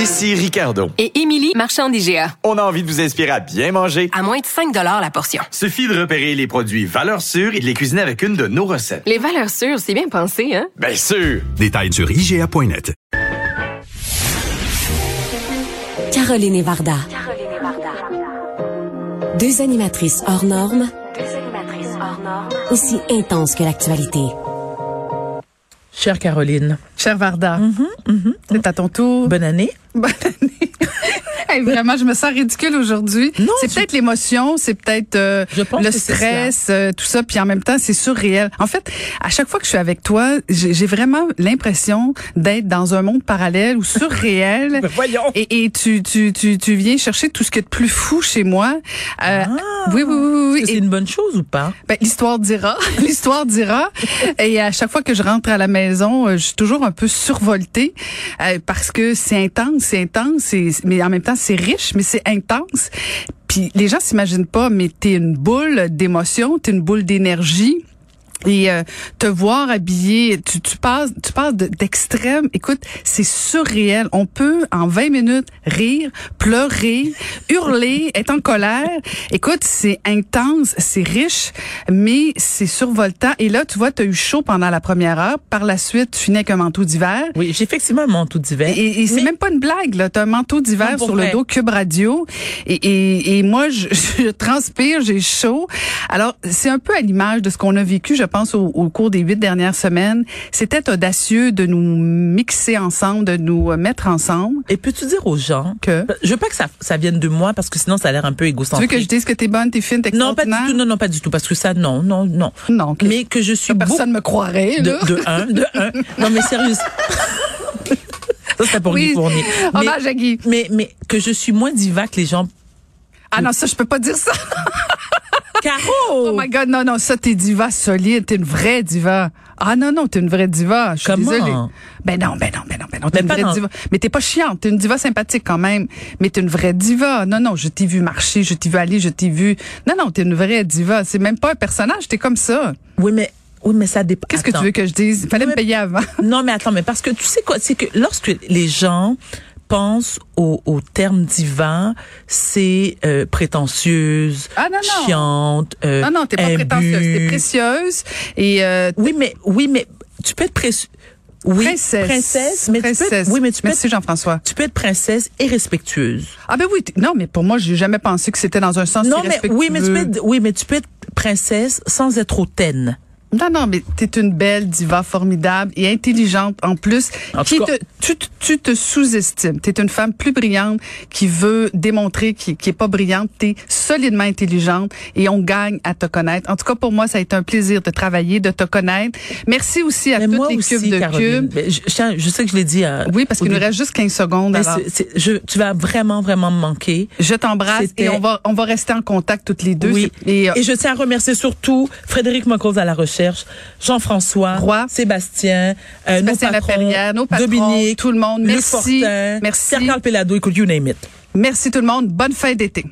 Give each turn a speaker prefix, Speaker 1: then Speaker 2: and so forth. Speaker 1: Ici Ricardo.
Speaker 2: Et Émilie, marchand d'IGA.
Speaker 1: On a envie de vous inspirer à bien manger.
Speaker 2: À moins de 5 la portion.
Speaker 1: Suffit de repérer les produits valeurs sûres et de les cuisiner avec une de nos recettes.
Speaker 2: Les valeurs sûres, c'est bien pensé, hein?
Speaker 1: Bien sûr!
Speaker 3: Détails sur IGA.net.
Speaker 4: Caroline et Varda. Deux animatrices hors normes, aussi intenses que l'actualité.
Speaker 5: Chère Caroline,
Speaker 6: Cher Varda, c'est à ton tour.
Speaker 5: bonne année.
Speaker 6: Bonne année. Hey, vraiment, je me sens ridicule aujourd'hui.
Speaker 5: Non,
Speaker 6: C'est
Speaker 5: tu-
Speaker 6: peut-être l'émotion, c'est peut-être euh,
Speaker 5: Je pense
Speaker 6: le
Speaker 5: que c'est
Speaker 6: stress, euh, tout ça, puis en même temps, c'est surréel. En fait, à chaque fois que je suis avec toi, j'ai j'ai vraiment l'impression d'être dans un monde parallèle ou surréel.
Speaker 5: Ben, voyons.
Speaker 6: Et, et tu, tu, tu, tu viens chercher tout ce qui est de plus fou chez moi. Euh, oui, oui, oui, oui,
Speaker 5: Est-ce Ah.
Speaker 6: oui.
Speaker 5: que
Speaker 6: Et-
Speaker 5: c'est une bonne chose ou pas?
Speaker 6: ben, l'histoire dira, l'histoire dira. Et à chaque fois que je rentre à la maison, euh, je suis toujours un peu survoltée euh, parce que c'est intense, c'est intense, c'est- mais en même temps c'est riche, mais c'est intense. Puis les gens s'imaginent pas, mais t'es une boule d'émotion, t'es une boule d'énergie. Et euh, te voir habillé, tu, tu passes, tu passes de- d'extrême. Écoute, c'est surréel. On peut en 20 minutes rire, pleurer, hurler, être en colère. Écoute, c'est intense, c'est riche, mais c'est survoltant. Et là, tu vois, tu as eu chaud pendant la première heure. Par la suite, tu finis avec un manteau d'hiver.
Speaker 5: Oui, j'ai effectivement mon tout d'hiver.
Speaker 6: Et, et c'est
Speaker 5: Mais-
Speaker 6: même pas une blague, là. T'as un manteau d'hiver
Speaker 5: Non, pour
Speaker 6: sur
Speaker 5: vrai.
Speaker 6: le dos Cube Radio. Et, et, et moi, je, je transpire, j'ai chaud. Alors, c'est un peu à l'image de ce qu'on a vécu, je pense, au, au cours des huit dernières semaines. C'était audacieux de nous mixer ensemble, de nous euh, mettre ensemble.
Speaker 5: Et peux-tu dire aux gens Euh,
Speaker 6: Que?
Speaker 5: Je veux pas que ça, ça vienne de moi parce que sinon ça a l'air un peu
Speaker 6: Tu veux
Speaker 5: égocentrique.
Speaker 6: que je dise que t'es bonne, t'es fine, t'es
Speaker 5: non, pas du tout. Non, non, pas du tout. Parce que ça, non, non, non.
Speaker 6: Non, ok.
Speaker 5: Mais que je suis beaucoup
Speaker 6: Personne me croirait, là.
Speaker 5: de, de un, de un. Non, mais sérieux. ça c'est pour
Speaker 6: Oui. Oh, bah,
Speaker 5: Guy Fournier. Mais,
Speaker 6: Hommage à Guy.
Speaker 5: mais, mais que je suis moins diva que les gens.
Speaker 6: Ah non, ça, je peux pas dire ça.
Speaker 5: Caro.
Speaker 6: Oh my God, non, non, ça, t'es diva solide, t'es une vraie diva. Ah non, non, t'es une vraie diva, je suis
Speaker 5: Comment?
Speaker 6: désolée. Ben non, ben non, ben non, ben non, t'es
Speaker 5: Mais
Speaker 6: une
Speaker 5: pas
Speaker 6: vraie
Speaker 5: dans-
Speaker 6: diva. Mais t'es pas chiante, t'es une diva sympathique quand même, mais t'es une vraie diva. Non, non, je t'ai vu marcher, je t'ai vu aller, je t'ai vu... Non, non, t'es une vraie diva, c'est même pas un personnage, t'es comme ça.
Speaker 5: Oui, mais oui, mais ça dépend.
Speaker 6: Qu'est-ce que tu
Speaker 5: Attends.
Speaker 6: veux que je dise? Fallait me payer avant.
Speaker 5: Non, mais attends, mais parce que tu sais quoi, c'est que lorsque les gens pensent au, au terme divin, c'est euh, prétentieuse,
Speaker 6: Ah, non, non.
Speaker 5: chiante, euh,
Speaker 6: Non, non, t'es pas
Speaker 5: imbue.
Speaker 6: prétentieuse, t'es précieuse et... euh,
Speaker 5: Oui, mais oui, mais tu peux être précieuse. Oui,
Speaker 6: Princesse.
Speaker 5: princesse, mais tu peux
Speaker 6: Princesse.
Speaker 5: être, oui, mais tu peux,
Speaker 6: Merci,
Speaker 5: être,
Speaker 6: Jean-François.
Speaker 5: tu peux être princesse et respectueuse.
Speaker 6: Ah ben oui, t'es- non, mais pour moi, j'ai jamais pensé que c'était dans un sens
Speaker 5: non, mais oui, mais tu
Speaker 6: irrespectueux.
Speaker 5: peux être, oui, mais tu peux être princesse sans être hautaine.
Speaker 6: Non, non, mais t'es une belle diva formidable et intelligente en plus.
Speaker 5: En
Speaker 6: qui
Speaker 5: tout cas-
Speaker 6: te, tu, te- tu te sous-estimes. T'es une femme plus brillante qui veut démontrer qui qui est pas brillante. T'es solidement intelligente et on gagne à te connaître. En tout cas, pour moi, ça a été un plaisir de travailler, de te connaître. Merci aussi à
Speaker 5: Mais
Speaker 6: toutes
Speaker 5: moi
Speaker 6: les
Speaker 5: aussi,
Speaker 6: cubes de
Speaker 5: Caroline,
Speaker 6: cubes.
Speaker 5: ben, je, je- je sais que je l'ai dit. euh,
Speaker 6: Oui, parce
Speaker 5: au
Speaker 6: qu'il nous
Speaker 5: début.
Speaker 6: reste juste 15 secondes.
Speaker 5: Mais
Speaker 6: alors.
Speaker 5: c'est- c'est- je, tu vas vraiment, vraiment me manquer.
Speaker 6: Je t'embrasse et
Speaker 5: C'était-
Speaker 6: on va, on va rester en contact toutes les deux.
Speaker 5: Oui.
Speaker 6: Et, euh,
Speaker 5: Et, je tiens à remercier surtout Frédéric Mocose à la recherche, Jean-François,
Speaker 6: Roy.
Speaker 5: Sébastien, euh,
Speaker 6: Sébastien
Speaker 5: nos patrons,
Speaker 6: Laperrière, nos patrons,
Speaker 5: Dominique,
Speaker 6: tout le monde.
Speaker 5: Luc
Speaker 6: Merci.
Speaker 5: Fortin,
Speaker 6: Merci.
Speaker 5: Pierre-Carl Pelado, écoute, you name it.
Speaker 6: merci tout le monde. Bonne fin d'été.